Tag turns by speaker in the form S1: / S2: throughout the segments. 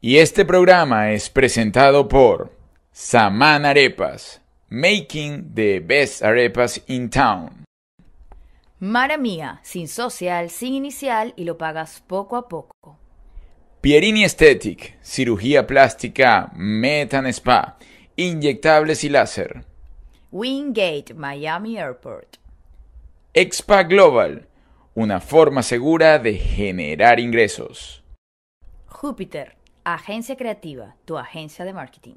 S1: Y este programa es presentado por Saman Arepas, making the best arepas in town.
S2: Mara mía, sin social, sin inicial y lo pagas poco a poco.
S1: Pierini Aesthetic, cirugía plástica, Metan Spa, inyectables y láser.
S2: Wingate, Miami Airport.
S1: Expa Global, una forma segura de generar ingresos.
S2: Júpiter, agencia creativa, tu agencia de marketing.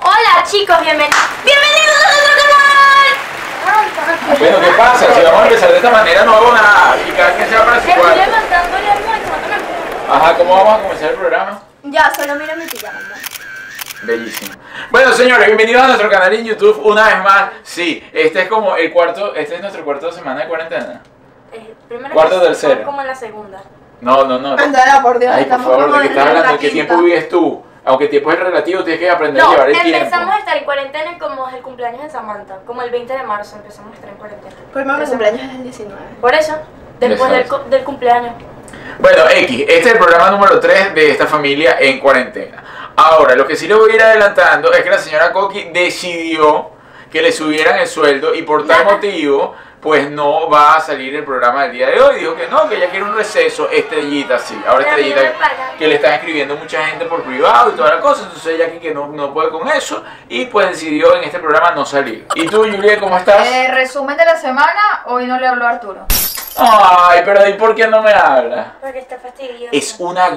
S3: Hola chicos, bienven- bienvenidos a nuestro canal.
S1: Bueno, ¿qué pasa? Si vamos a empezar de esta manera no hago nada. Y cada quien se va para su
S3: Estoy
S1: cuarto.
S3: levantando el almuerzo, no te me acuerdo.
S1: Ajá, ¿cómo vamos a comenzar el programa?
S3: Ya, solo mira mi pijama.
S1: Bellísimo. Bueno, señores, bienvenidos a nuestro canal en YouTube una vez más. Sí, este es como el cuarto, este es nuestro cuarto semana de cuarentena.
S3: Eh, primero
S1: Cuarto
S3: que-
S1: tercero.
S3: Como en la segunda.
S1: No, no, no.
S4: Andala, por Dios,
S1: Ay, por
S4: estamos
S1: favor,
S4: como
S1: ¿de qué
S4: en
S1: estás hablando?
S4: la
S1: ¿En qué
S4: quinta.
S1: tiempo vives tú? Aunque el tiempo es relativo, tienes que aprender a
S3: No,
S1: llevar el tiempo.
S3: empezamos a estar en cuarentena como el cumpleaños de Samantha, como el 20 de marzo empezamos a estar en cuarentena.
S4: Pues mamá, mi cumpleaños es el 19.
S3: Por eso, después del,
S1: Exacto.
S3: cu- del cumpleaños.
S1: Bueno, X, este es el programa número 3 de esta familia en cuarentena. Ahora, lo que sí les voy a ir adelantando es que la señora Coqui decidió que le subieran el sueldo y por tal motivo, pues no va a salir el programa del día de hoy. Dijo que no, que ella quiere un receso, estrellita, sí. Ahora
S3: Pero a mí no
S1: estrellita
S3: me pagan.
S1: que le están escribiendo mucha gente por privado y toda la cosa, entonces ella aquí que no, no puede con eso y pues decidió en este programa no salir. ¿Y tú, Julia, cómo estás?
S5: Eh, resumen de la semana, hoy no le habló a Arturo.
S1: Ay, pero ¿y por qué no me hablas?
S3: Porque está fastidioso.
S1: es una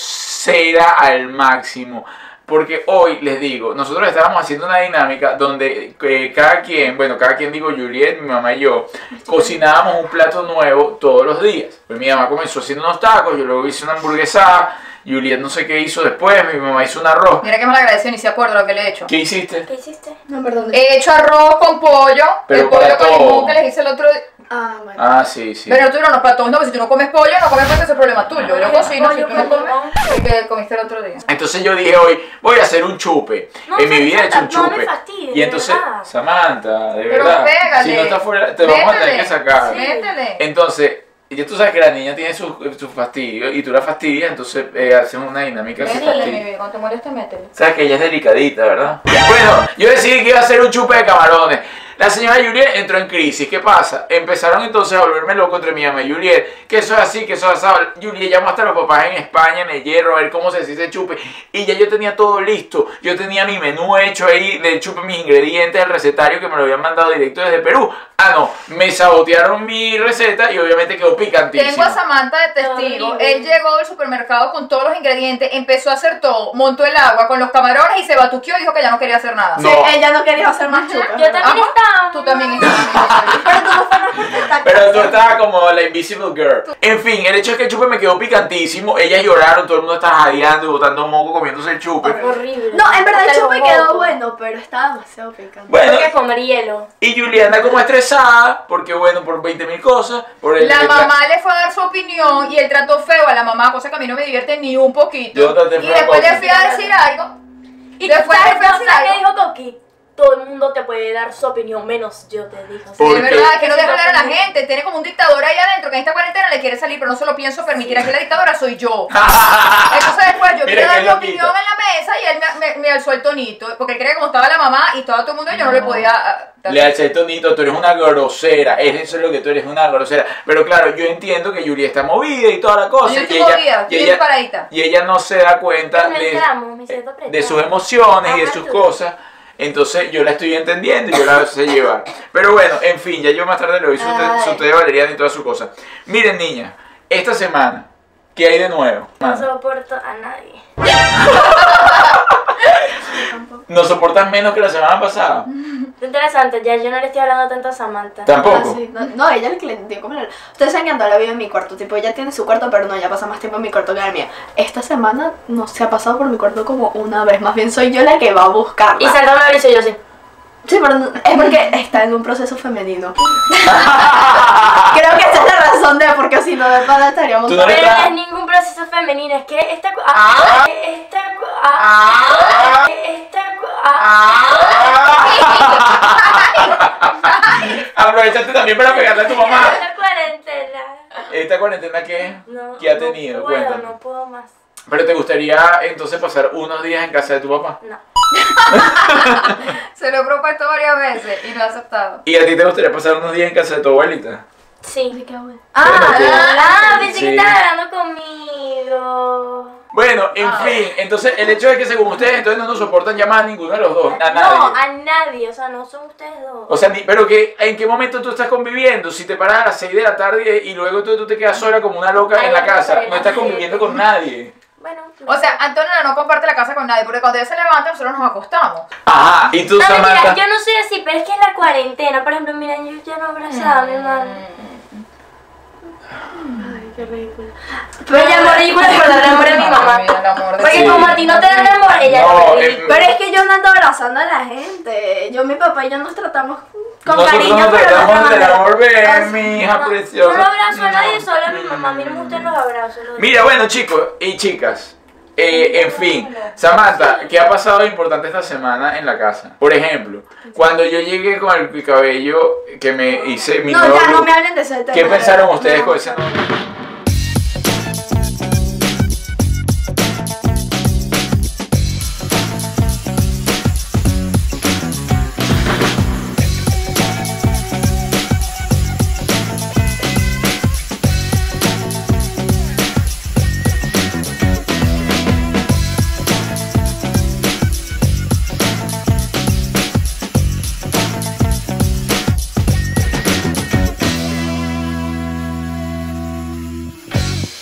S1: grosera al máximo. Porque hoy les digo, nosotros estábamos haciendo una dinámica donde eh, cada quien, bueno, cada quien digo, Juliet, mi mamá y yo, cocinábamos un plato nuevo todos los días. Pues mi mamá comenzó haciendo unos tacos, yo luego hice una hamburguesada, Juliet no sé qué hizo después, mi mamá hizo un arroz.
S5: Mira que mal agradecido, ni se acuerda lo que le he hecho.
S1: ¿Qué hiciste?
S3: ¿Qué hiciste?
S4: No, perdón.
S5: He hecho arroz con pollo,
S1: Pero
S5: el pollo
S1: para
S5: con
S1: todo.
S5: limón que les hice el otro día.
S4: Ah, bueno.
S1: Ah, sí, sí.
S5: Pero Arturo, no, para todos no, porque si tú no comes pollo, no comes pollo, ese es problema tuyo. Yo cocino, si
S3: Pollo
S5: tú Ah, no
S3: con
S5: comes, el que comiste el otro día.
S1: Entonces yo dije hoy, voy a hacer un chupe.
S3: No
S1: en mi
S3: me
S1: vida he hecho un
S3: fastidies, no me
S1: chupe.
S3: fastidies,
S1: y
S3: de
S1: entonces,
S3: verdad.
S1: Samantha, de
S5: Pero
S1: verdad.
S5: pégale.
S1: Si no está fuera, te vamos a tener
S5: Métele.
S1: que sacar.
S5: Sí, Métele.
S1: Entonces, ya tú sabes que la niña tiene sus su fastidios y tú la fastidias, entonces eh, hacemos una dinámica de
S5: Métele, mi
S1: fastidio.
S5: bebé, cuando te mueres te métele.
S1: Sabes que ella es delicadita, ¿verdad? Bueno, yo decidí que iba a hacer un chupe de camarones. La señora Juliet entró en crisis. ¿Qué pasa? Empezaron entonces a volverme loco entre mi mamá y Juliet. Que eso es así, que eso es así. Juliet llamó hasta los papás en España, en el hierro, a ver cómo se hace ese chupe. Y ya yo tenía todo listo. Yo tenía mi menú hecho ahí del chupe, mis ingredientes, el recetario que me lo habían mandado directo desde Perú. Ah, no. Me sabotearon mi receta y obviamente quedó picantísimo.
S5: Tengo a Samantha de testigo.
S3: Horrible.
S5: Él llegó al supermercado con todos los ingredientes, empezó a hacer todo, montó el agua con los camarones y se batuqueó y dijo que ya no quería hacer nada.
S1: No.
S4: Ella no quería hacer más chupas.
S3: Yo también
S5: Ajá.
S3: estaba.
S5: Tú también Ah. estás.
S4: Pero tú no fueras porque está
S1: Pero tú estabas como la Invisible Girl. En fin, el hecho es que el chupe me quedó picantísimo. Ellas lloraron, todo el mundo estaba jadeando, botando moco, comiéndose el chupe.
S3: Horrible.
S4: No, en verdad
S3: Te
S4: el
S3: lo
S4: chupe quedó
S3: boto.
S4: bueno, pero estaba demasiado picante.
S1: Bueno,
S3: Tengo que comer hielo.
S1: y Juliana como estresada, porque bueno, por 20 mil cosas. Por el,
S5: La
S1: el-
S5: mamá le fue a dar su opinión y él trató feo a la mamá, cosa que a mí no me divierte ni un poquito.
S1: Yo traté
S5: y
S1: feo a
S5: después
S1: Coqui.
S5: le fui a decir algo.
S3: Y
S5: después le
S3: sabes,
S5: fui a
S3: no,
S5: decir
S3: ¿sabes qué
S5: algo.
S3: dijo Coqui? Todo el mundo te puede dar su opinión, menos yo te dijo.
S1: ¿Por
S5: Sí, es
S1: qué?
S5: verdad, que no deja hablar a la gente. Tiene como un dictador ahí adentro que en esta cuarentena le quiere salir, pero no se lo pienso permitir. Aquí la dictadora soy yo. Entonces después yo
S1: Mira
S5: quería dar
S1: qué
S5: mi
S1: loquito.
S5: opinión en la mesa y él me, me- me alzó el tonito. Porque él creía que como estaba la mamá y todo, todo el mundo, yo no, le podía... ah, dar-
S1: Le alcé el tonito, tú eres una grosera, es eso es lo que tú eres, una grosera. Pero claro, yo entiendo que Julieta está movida y toda la cosa.
S5: Yo
S1: y
S5: estoy
S1: ella-
S5: movida,
S1: y
S5: yo estoy
S1: ella-
S5: paradita.
S1: y ella no se da cuenta
S3: Me
S1: de, eh,
S3: tramo, me siento apretada.
S1: de sus emociones y de
S3: Ajá,
S1: sus
S3: tú.
S1: cosas. Entonces yo la estoy entendiendo y yo la sé llevar. Pero bueno, en fin, ya yo más tarde le doy su,
S3: Ah,
S1: té- su té de valeriana y toda su cosa. Miren, niña, esta semana, ¿qué hay de nuevo?
S3: No soporto a nadie.
S4: tampoco.
S1: ¿Nos soportas menos que la semana pasada?
S3: Qué interesante, ya yo no le estoy hablando tanto a Samantha.
S1: Tampoco.
S4: Ah, sí. No, no, ella es la que le dio como la- Ustedes saben que Andora vive en mi cuarto, tipo, ella tiene su cuarto, pero no, ya pasa más tiempo en mi cuarto que en el mío. Esta semana no se ha pasado por mi cuarto como una vez, más bien soy yo la que va a buscarla.
S3: Y Sandra me lo hizo yo sí.
S4: Sí, pero no- es porque está en un proceso femenino. Creo que esa es la razón de porque si no de pana estaríamos...
S1: Tú no-
S3: Pero
S1: está?
S3: no es ningún proceso femenino, es que esta. cu- ah, es que Esta. cu- ah, es que Esta. cu- ah.
S1: Aprovechaste también para pegarle a tu mamá.
S3: Esta cuarentena.
S1: ¿Esta cuarentena qué,
S3: No,
S1: qué ha
S3: no
S1: tenido?
S3: puedo,
S1: Cuéntame.
S3: no puedo más.
S1: Pero te gustaría entonces pasar unos días en casa de tu papá.
S3: No.
S5: Se lo he propuesto varias veces y no ha aceptado.
S1: ¿Y a ti te gustaría pasar unos días en casa de tu abuelita?
S3: Sí.
S1: Bueno,
S5: Ah,
S1: que-
S3: Ah, pensé
S1: Sí.
S3: que estaba hablando conmigo.
S1: Bueno, en
S3: Ah.
S1: fin, entonces el hecho es que según ustedes entonces no nos soportan ya más ninguno de los dos, a nadie.
S3: No, a nadie, o sea, no son ustedes dos.
S1: O sea, ni- pero que en qué momento tú estás conviviendo, si te paras a las 6 de la tarde y luego tú, tú te quedas sola como una loca en la casa, no estás conviviendo con nadie.
S3: bueno,
S5: O sea, Antonella no comparte la casa con nadie porque cuando ella se levanta nosotros nos acostamos.
S1: Ajá, y tú
S3: no,
S1: Samantha.
S3: mentira, yo no soy así, pero es que es la cuarentena. Por ejemplo, mira, yo ya no abrazaba a mi
S4: Mm.
S3: mamá.
S4: Ay, qué ridículo.
S3: Pero ya morí con el amor de mi mamá.
S5: Ay, mira, el amor de
S3: Porque
S5: tu
S3: como
S5: mamá.
S3: a ti no te dan amor, ella
S1: No,
S3: no,
S1: em-
S4: Pero es que yo no ando abrazando a la gente. Yo, mi papá y yo nos tratamos con
S1: Nosotros
S4: cariño,
S1: nos
S4: pero de otra
S1: tratamos de
S4: manera.
S1: volver, mi hija
S3: no,
S1: preciosa. Mm.
S3: No abrazo a nadie, solo a mi mamá. Miren ustedes los abrazos. los-
S1: Mira, bueno, chicos y chicas. eh, en fin, Samantha, ¿qué ha pasado de importante esta semana en la casa? Por ejemplo, cuando yo llegué con el cabello que me hice mi
S4: No,
S1: nuevo
S4: ya no
S1: look,
S4: me hablen de ese tema.
S1: ¿qué pensaron ustedes
S4: No.
S1: con ese nombre?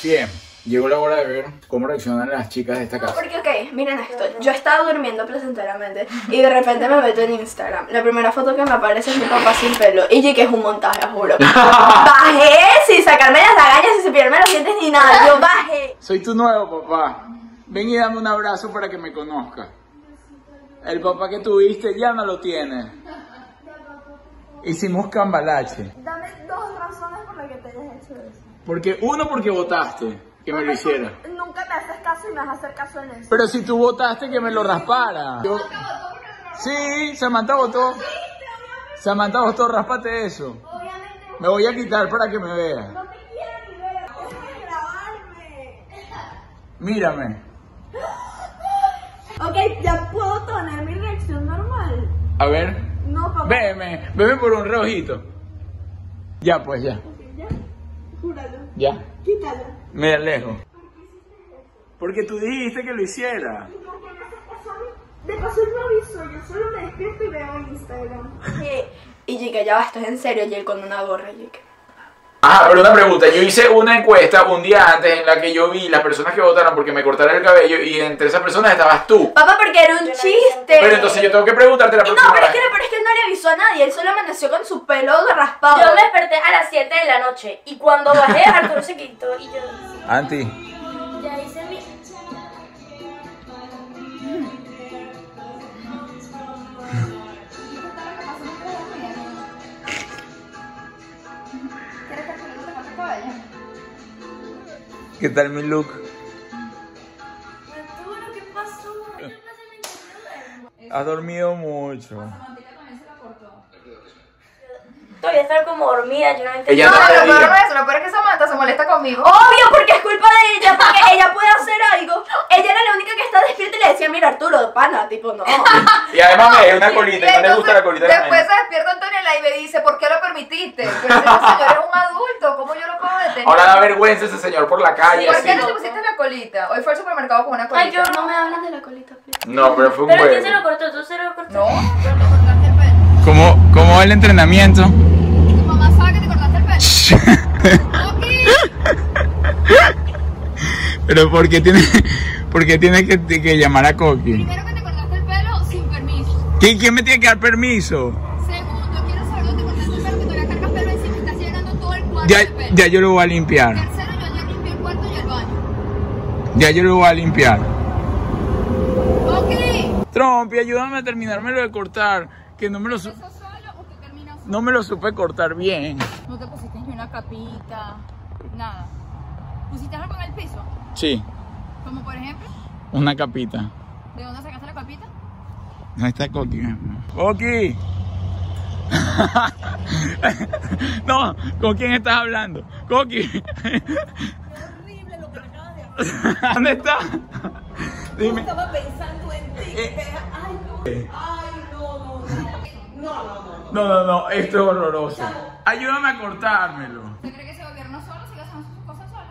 S1: Bien, llegó la hora de ver cómo reaccionan las chicas de esta
S4: No,
S1: casa.
S4: Porque, ok, miren esto. Yo estaba durmiendo placenteramente y de repente me meto en Instagram. La primera foto que me aparece es mi papá sin pelo. Y yo que es un montaje, juro. Bajé sin sacarme las lagañas, sin cepillarme los dientes ni nada. Yo bajé.
S1: Soy tu nuevo papá. Ven y dame un abrazo para que me conozcas. El papá que tuviste ya no lo tienes. Hicimos cambalache.
S6: Dame dos razones por las que te hayas hecho eso.
S1: Porque uno porque votaste que me lo hiciera.
S6: Nunca me haces caso y me vas a hacer caso en eso.
S1: Pero si tú votaste que me lo raspara. Yo- Sí, Samantha votó. Samantha votó, raspate eso.
S6: Obviamente
S1: Me voy a quitar para que me veas.
S6: no te quiero ni ver. Deja de grabarme.
S1: Mírame.
S6: Ok, ya puedo tener mi reacción normal.
S1: A ver.
S6: No, papá.
S1: Veme, veme por un reojito. Ya pues, ya.
S6: Ya, júralo.
S1: Ya.
S6: Quítalo.
S1: Me alejo. Porque tú dijiste que lo hiciera.
S6: No, que me haces caso a mí. De paso no aviso, yo solo me despierto y veo Instagram.
S4: Y yo que ya va, esto es en serio. Y él con una gorra. Y yo que.
S1: Ajá, Ah, pero una pregunta. Yo hice una encuesta un día antes en la que yo vi las personas que votaron porque me cortaron el cabello y entre esas personas estabas tú.
S4: Papá, porque era un chiste.
S1: Pero entonces yo tengo que preguntarte la
S4: Y
S1: próxima
S4: no, pero es que,
S1: vez.
S4: pero es que no le avisó a nadie. Él solo amaneció con su pelo raspado.
S3: Yo me desperté a las 7 de la noche y cuando bajé, Arturo se quitó y yo.
S1: Anti.
S3: Ya hice mi.
S1: ¿Qué tal mi look?
S3: Arturo, ¿qué pasó? Yo no sé ni qué hacer.
S1: Has dormido mucho.
S3: Todavía estaba como dormida, yo no entendí.
S1: Ella
S5: No,
S1: no te
S5: lo peor no
S1: diga.
S5: es eso, lo peor es que Samantha se molesta conmigo.
S4: Obvio, porque es culpa de ella, porque ella puede hacer algo. Ella era la única que estaba despierta y le decía, mira Arturo, pana, tipo, no.
S1: Y además me dejé una
S5: Y
S1: colita y no le
S5: entonces,
S1: gusta la colita. de la
S5: Después
S1: gente.
S5: se despierta Antonella y me dice, ¿por qué lo permitiste? Pero ese señor es un adulto, ¿cómo yo lo puedo detener?
S1: Ahora da vergüenza ese señor por la calle
S5: ¿Por
S1: así.
S5: qué no te pusiste la colita? Hoy fue al supermercado con una colita.
S3: Ay, yo no me hablan.
S4: Hablan de la colita, please.
S1: No, pero fue un
S3: Pero ¿quién se
S1: juego.
S3: lo cortó? ¿Tú se lo cortaste?
S5: No, pero te cortaste el pelo.
S1: ¿Cómo, ¿Cómo va el entrenamiento?
S5: Tu mamá sabe que te cortaste el pelo. Ok.
S1: Pero ¿por qué tiene, por qué tiene que, que llamar a Coqui?
S5: Primero que te cortaste
S1: ¿Quién, quién me tiene que dar permiso?
S7: Segundo, quiero saber dónde cortaste el pelo que todavía cargas pelo encima y estás llenando todo el cuarto
S1: Ya,
S7: de pelo.
S1: ya yo lo voy a limpiar.
S7: Tercero, yo ayer limpié el cuarto y el baño.
S1: Ya yo lo voy a limpiar.
S7: Ok,
S1: Trompi, ayúdame a terminármelo de cortar. Que no me lo, su-
S7: ¿eso solo o te terminas?
S1: no me lo supe cortar bien.
S7: No te pusiste ni una capita, nada. ¿Pusiste algo en el piso?
S1: Sí,
S7: Como por ejemplo,
S1: una capita.
S7: ¿de dónde sacaste la capita?
S1: No está Coqui. ¡Coqui! no, Ah, ¿con quién estás hablando? ¡Coqui! ¿Dónde está? Dime. estaba
S6: Eh,
S1: pensando en ti. Ay, no, no, no. No, no, no. Esto es horroroso. Ayúdame a cortármelo.
S7: ¿Usted cree que se gobierno solo sigue haciendo sus cosas sola?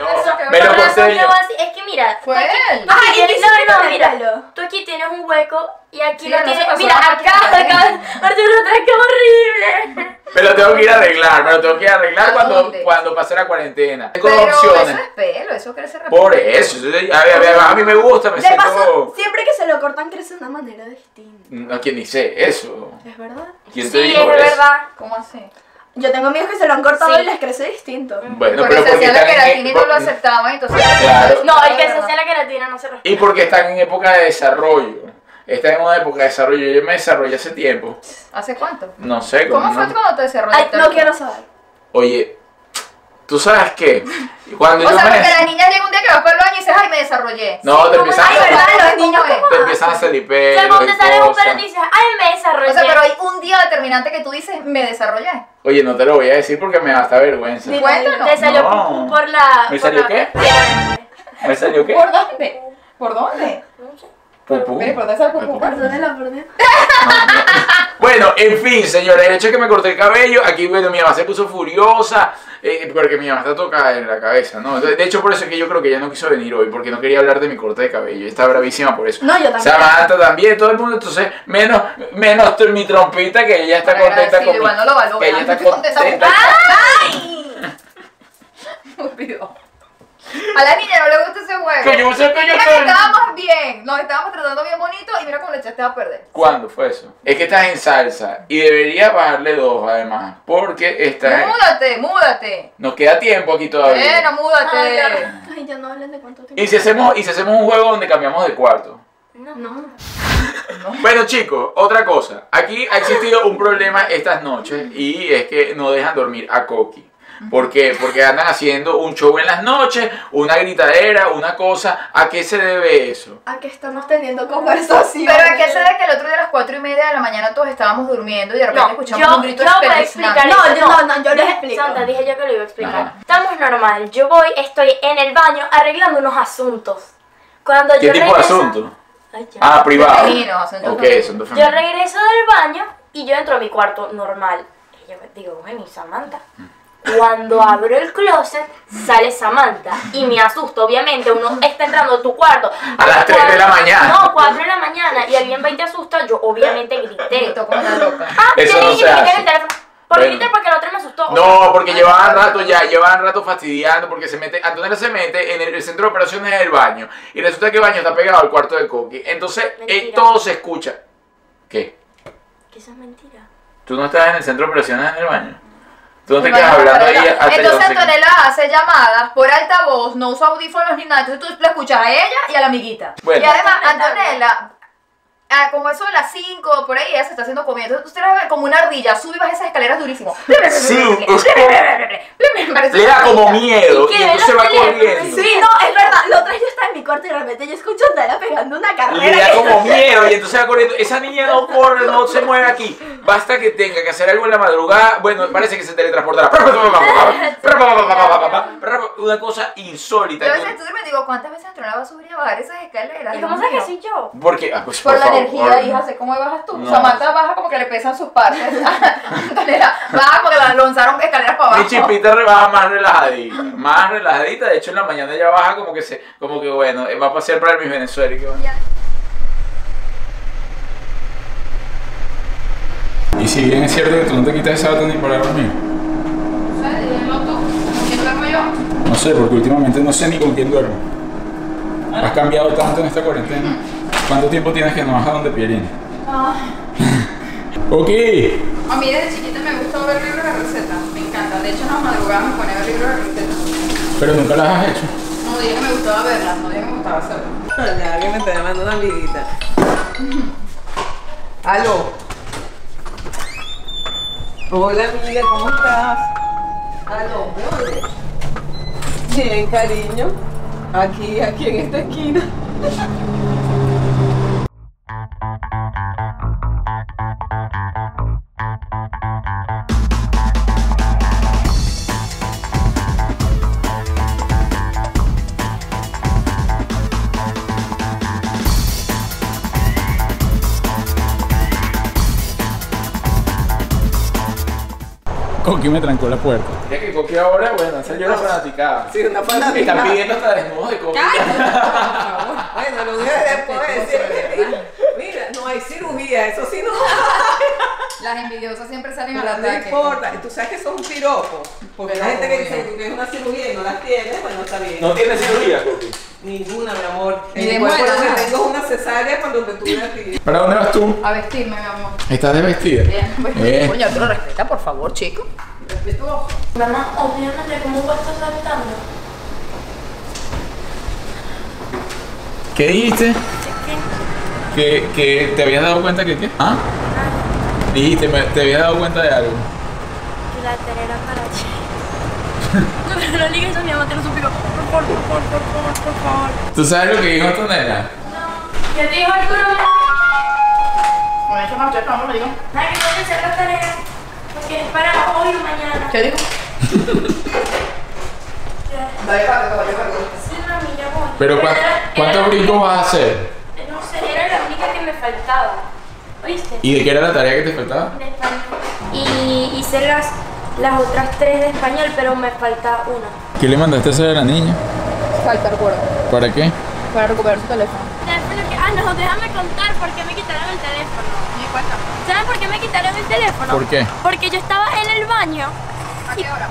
S5: Eso que
S1: Pero
S5: va a
S1: por
S5: pasar.
S1: serio.
S3: yo así- es que mira,
S5: Fue
S3: tú aquí-
S5: él.
S3: tú aquí
S4: Ay,
S3: tienes-
S4: quisiste
S3: no, no, mira,
S4: comentarlo.
S3: tú aquí tienes un hueco y aquí
S5: Sí,
S3: lo
S5: no se
S3: tienes,
S5: pasó
S3: mira,
S5: nada.
S3: acá, acá, Arturo, otra que horrible.
S1: Me lo tengo que ir a arreglar. Me lo tengo que ir a arreglar
S5: ¿A
S1: cuando,
S5: dónde?
S1: cuando pase la cuarentena. Tengo
S5: Pero
S1: Pues, opciones.
S5: eso es pelo, eso crece rápido.
S1: Por eso. A ver, a ver, a mí me gusta. Me
S4: De
S1: siento...
S4: paso, siempre que se lo cortan crece de una manera distinta.
S1: No, que ni sé eso.
S4: ¿Es verdad?
S1: ¿Quién te
S3: Sí,
S1: dijo
S3: es
S1: eso?
S3: verdad.
S5: ¿Cómo así?
S4: Yo tengo amigos que se lo han cortado
S3: Sí.
S4: y les crece distinto.
S1: Bueno,
S5: porque
S1: pero
S5: se
S1: porque
S5: hacía
S1: están en
S5: la
S1: e-
S5: queratina y no
S1: epo-
S5: lo aceptaban, entonces.
S1: Claro.
S3: No, el que se hace la queratina no se respeta.
S1: Y porque están en época de desarrollo. Están en una época de desarrollo. Yo me desarrollé hace tiempo.
S5: ¿Hace cuánto?
S1: No sé cómo.
S5: ¿Cómo fue cuando te
S4: Ay,
S5: desarrollaste?
S4: no quiero saber.
S1: Oye, ¿tú sabes qué? Cuando
S5: O
S1: yo
S5: sea,
S1: me.
S5: porque las niñas llegan un día que vas para el baño y dices, ay, me desarrollé.
S1: No, te empiezan
S4: Ay,
S1: a.
S4: ¿verdad? Los
S5: ¿Cómo
S4: niños
S5: es?
S4: como
S1: Te empiezan a salir pelos
S3: Luego te
S1: y
S3: sale un
S1: cosas.
S3: pelo y dices, ay, me desarrollé.
S5: O sea, pero hay un día determinante que tú dices, me desarrollé.
S1: Oye, no te lo voy a decir porque me da hasta vergüenza.
S4: Dile.
S5: Cuéntanos.
S3: Te salió
S1: No.
S3: pum pum por la...
S1: ¿Me
S3: por
S1: salió
S3: la-
S1: qué? ¿Me salió qué? Uh.
S5: ¿Por dónde? ¿Por dónde?
S1: Pum, pum.
S5: Mire, ¿por dónde sale pum, pum?
S4: Perdónela, perdónela.
S1: Bueno, en fin, señores, el hecho de que me corté el cabello, aquí, bueno, mi mamá se puso furiosa, eh, porque mi mamá está tocada en la cabeza, ¿no? De de hecho, por eso es que yo creo que ella no quiso venir hoy, porque no quería hablar de mi corte de cabello, y está bravísima por eso.
S4: No, yo también.
S1: Samantha también, todo el mundo, entonces, menos, menos tu- mi trompita, que ella está
S5: Bueno,
S1: contenta
S5: agradecido,
S1: con mi-
S5: igual no lo valora.
S1: que ella está
S5: Estoy contenta.
S1: contenta.
S5: Estúpido. A la niña no le gusta ese juego.
S1: Que yo sé que yo
S5: Mira que
S1: soy-
S5: estábamos bien, nos estábamos tratando bien bonito y mira cómo le echaste a perder.
S1: ¿Cuándo fue eso? Es que estás en salsa, y debería bajarle dos, además, porque está en-
S5: Múdate, múdate.
S1: Nos queda tiempo aquí todavía.
S5: Bueno,
S4: Ay,
S5: múdate.
S4: ya. Ay, ya no hablen de cuánto tiempo.
S1: Y si hacemos, y si hacemos un juego donde cambiamos de cuarto.
S4: No.
S1: Bueno chicos, otra cosa. Aquí ha existido un problema estas noches y es que no dejan dormir a Coqui. ¿Por qué? Porque andan haciendo un show en las noches, una gritadera, una cosa. ¿A qué se debe eso?
S4: ¿A qué estamos teniendo conversación?
S5: Pero es que sabe que el otro día a las 4 y media de la mañana todos estábamos durmiendo y de repente
S3: No,
S5: escuchamos
S3: yo-
S5: un grito
S3: yo voy a
S5: espeluznante.
S3: explicar
S4: No,
S3: eso,
S4: yo- no, no, yo les
S3: Dije-
S4: explico.
S3: Santa, dije yo que lo iba a explicar.
S1: Ajá.
S3: Estamos normal, yo voy, estoy en el baño arreglando unos asuntos. Cuando
S1: ¿Qué
S3: yo
S1: tipo de
S3: regreso-
S1: asunto?
S3: Ay, ya.
S1: Ah, privado.
S5: Femenino, asunto
S1: Ok,
S5: femenino.
S1: asunto
S3: Yo
S1: femenino.
S3: regreso del baño y yo entro a mi cuarto normal. Y yo digo, bueno, ¿y Samantha? Cuando abro el closet, sale Samantha. Y me asusto, obviamente. Uno está entrando a tu cuarto.
S1: A las tres de la mañana.
S3: No, 4 de la mañana. Y alguien va y te asusta. Yo, obviamente, grité.
S5: Grito como una loca.
S3: Ah,
S1: Eso
S3: yo
S1: no
S3: le
S1: se
S3: dije que
S1: hace.
S3: el teléfono. Por
S1: Bueno.
S3: grité porque la otra me asustó.
S1: No, porque llevaban rato ya, llevaban rato fastidiando porque se mete, Antonella se mete en el centro de operaciones del baño y resulta que el baño está pegado al cuarto de Coqui. Entonces, eh,
S3: Mentira.
S1: todo se escucha. ¿Qué?
S3: Que eso es mentira.
S1: Tú no estás en el centro de operaciones en el baño. Tú no te
S5: Bueno,
S1: quedas hablando ahí
S5: Antonella-
S1: hasta que
S5: Entonces
S1: no se-
S5: Antonella hace llamadas por altavoz, no usa audífonos ni nada. Entonces tú la escuchas a ella y a la amiguita.
S1: Bueno.
S5: Y además, Antonella, ah, como eso de las 5, por ahí, ella se está haciendo comida. Entonces usted la ve como una ardilla, sube y baja esas escaleras durísimo.
S1: Sí,
S5: Parece
S1: le da
S5: una
S1: como
S5: ardilla.
S1: miedo
S3: ¿Y
S1: y
S3: qué?
S1: entonces se
S3: ¿Los
S1: va
S3: teléfonos?
S1: corriendo.
S4: Sí, no, es verdad. La otra yo estaba en mi cuarto y de repente yo escucho a Andrea pegando una carrera.
S1: Le da
S4: que-
S1: como miedo y entonces va corriendo. Esa niña no corre, no se mueve aquí. Basta que tenga que hacer algo en la madrugada. Bueno, parece que se teletransportará. Una cosa insólita.
S5: Yo a veces estudio y me digo, ¿cuántas veces Antonella va a subir y bajar esas escaleras?
S3: ¿Y
S5: Dios
S3: cómo sabes que
S5: mío.
S3: soy yo?
S1: Porque, ah, pues,
S5: Por,
S1: por,
S5: la
S1: favor.
S5: energía, hija, sé cómo bajas tú.
S1: No.
S5: Samantha baja como que le pesan sus partes. Antonella baja porque la lanzaron escaleras para abajo.
S1: Mi chispita rebaja más relajadita, más relajadita. De hecho, en la mañana ya baja como que se, como que bueno, eh, va a pasear para mis Venezuela. y qué bueno.
S8: Y si bien es cierto que tú no te quitas esa bata ni para dormir,
S5: ¿Sabes? Dímelo tú, ¿con quién duermo yo?
S8: no
S5: Ah.
S8: sé, porque últimamente no sé ni con quién duermo. Has cambiado tanto en esta cuarentena.
S1: ¿Cuánto tiempo tienes que no bajaron de Pierina?
S5: Ah,
S1: Ok.
S5: a mí desde chiquita me gusta ver libros de recetas. Me encanta. De hecho, en las madrugadas me ponía a ver libros de recetas.
S1: Pero nunca las has hecho.
S5: No dije que me gustaba verlas, no dije que me gustaba hacerlas.
S6: Ya que me está llamando una amiguita. Aló. Hola amiga, ¿cómo estás? Aló, ¿de dónde? Bien, cariño. Aquí, aquí en esta esquina.
S1: Coqui me trancó la puerta.
S8: Mira que Coqui ahora, bueno, esa yo la fanaticada.
S6: Sí, una
S8: Están
S6: fanática.
S8: pidiendo hasta desnudos de Coqui.
S6: Bueno, lo único que puedo decir es que, mira, no hay cirugía, eso sí no
S5: Las envidiosas siempre salen al
S6: Pero no
S5: ataque.
S6: importa, tú sabes que son piropos. Porque la gente que dice que es una cirugía y no las tiene, bueno, está bien.
S8: No tiene cirugía, Coqui.
S6: Ninguna, mi amor.
S5: Ni de
S6: El cuerpo
S5: muela,
S6: lo que
S5: ¿no?
S6: tengo es una cesárea cuando me tuve a ti.
S1: ¿Para dónde vas tú?
S5: A vestirme, mi amor.
S1: Estás desvestida.
S5: Bien, bueno,
S1: Eh.
S5: coño, tú lo respeta, por favor, chico. Respetuoso.
S9: Mamá, obviamente, ¿cómo vas a estar saltando?
S1: ¿Qué dijiste? Que, que te habías dado cuenta que qué? ¿Ah? Dijiste, me- te habías dado cuenta de algo.
S3: Y la terera para ti. No, no digas a mi mamá, te lo suplico. Por favor, por favor, por favor, por favor.
S1: ¿Tú sabes lo que dijo Antonella?
S9: ¿Qué te dijo el cura?
S5: Bueno, eso más no lo digo.
S9: Ay, que voy a hacer la tarea. Porque es para hoy o mañana.
S5: ¿Qué digo?
S6: Dale, pato, dale, pato.
S9: Sí, mami, ya voy.
S1: Pero ¿cuá-
S9: era-
S1: ¿cuántos
S9: era-
S1: brincos vas a hacer?
S9: No sé, era la única que me faltaba. ¿Oíste?
S1: ¿Y de qué era la tarea que te faltaba?
S9: de español. Y hice las, las otras tres de español, pero me falta una.
S1: ¿Qué le mandaste a hacer a la niña?
S10: Falta recuerdo.
S1: ¿Para qué?
S10: Para recuperar su teléfono.
S3: Teléfono que- Ah, no, déjame contar por qué me quitaron el teléfono.
S5: Ni cuenta.
S3: ¿Saben por qué me quitaron el teléfono?
S1: ¿Por qué?
S3: Porque yo estaba en el baño.
S5: ¿A qué hora?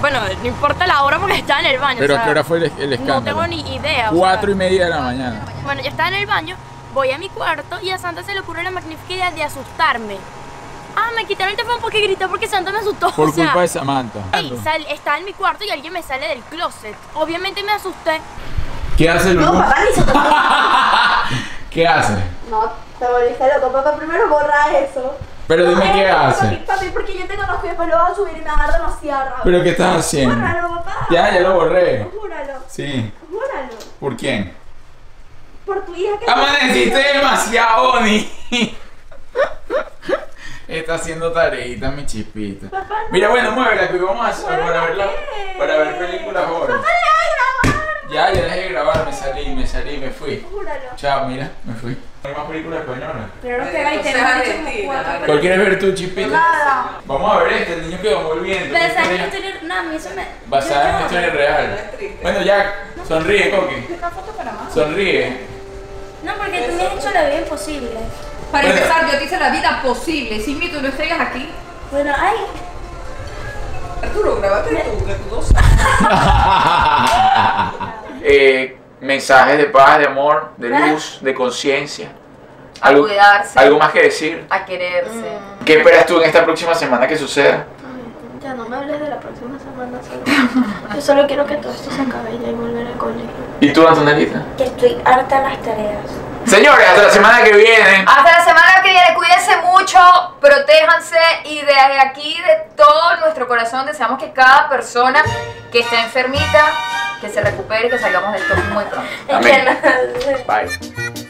S3: Bueno, no importa la hora porque estaba en el baño.
S1: ¿Pero
S3: o
S1: a
S3: sea,
S1: qué hora fue el, el
S3: No
S1: escándalo?
S3: tengo ni idea. o
S1: Cuatro
S3: sea.
S1: y media de la mañana.
S3: Bueno, yo estaba en el baño, voy a mi cuarto y a Santa se le ocurre la magnífica idea de asustarme. Ah, me quitaron el teléfono porque gritó porque Santa me asustó.
S1: Por
S3: o sea,
S1: culpa de Samantha.
S3: ey, sal- estaba en mi cuarto y alguien me sale del closet. Obviamente me asusté.
S1: ¿Qué hace
S4: No,
S1: Lulú?
S4: papá, ni se tocó.
S1: ¿Qué hace?
S4: No, te volviste loco, papá. Primero borra eso.
S1: Pero dime qué
S4: Papi,
S1: hace.
S4: papi, porque yo te conozco y después lo vas a subir y me vas a dar demasiada rabia.
S1: ¿Pero qué estás haciendo?
S4: Bórralo, papá.
S1: Ya, ya lo borré.
S4: Júralo,
S1: Sí.
S4: júralo.
S1: ¿Por quién?
S4: Por tu hija que
S1: Ah, Amaneciste demasiado, Oni. Está haciendo tareita, mi chispita. Mira, bueno, muévela, que vamos a hacer para ver, la- para ver películas ahora. Ya, ya dejé de grabar, me salí, me salí, me fui.
S4: Júralo.
S1: Chao, mira, me fui. No hay más películas españolas.
S4: Pero
S6: que ahí te lo han hecho como cuatro
S1: ¿Cuál quieres ver tú, chispita?
S4: Nada.
S1: Vamos a ver este, el niño que va volviendo.
S9: Pero sabes que
S1: Historia-
S9: estoy... No, a mí eso me...
S1: Basada en una historia
S6: No
S1: real.
S6: es triste.
S1: Bueno, ya, sonríe, Coqui.
S5: Una foto para más.
S1: Sonríe.
S9: No, porque tú me has hecho la vida imposible.
S5: Para
S1: Bueno.
S5: empezar, yo te hice la vida posible. Sin mí tú no estarías aquí.
S9: Bueno, ay,
S6: Arturo, grabate tú, que tú no sabes.
S8: Eh, mensajes de paz, de amor, de luz, de conciencia. Algo,
S5: cuidarse.
S8: algo más que decir.
S5: A
S6: Mm.
S5: quererse.
S8: ¿Qué esperas tú en esta próxima semana que suceda?
S4: Ya no me hables de la próxima semana solo. Yo solo quiero que todo esto se acabe ya y volver al colegio.
S8: ¿Y tú, Antonelita?
S9: que estoy harta de las tareas.
S8: Señores, hasta la semana que viene.
S5: Hasta la semana que viene, cuídense mucho, protéjanse y desde aquí, de todo nuestro corazón, deseamos que cada persona que esté enfermita, que se recupere y que salgamos de esto muy pronto.
S8: Amén.
S9: Es que no-
S8: Bye.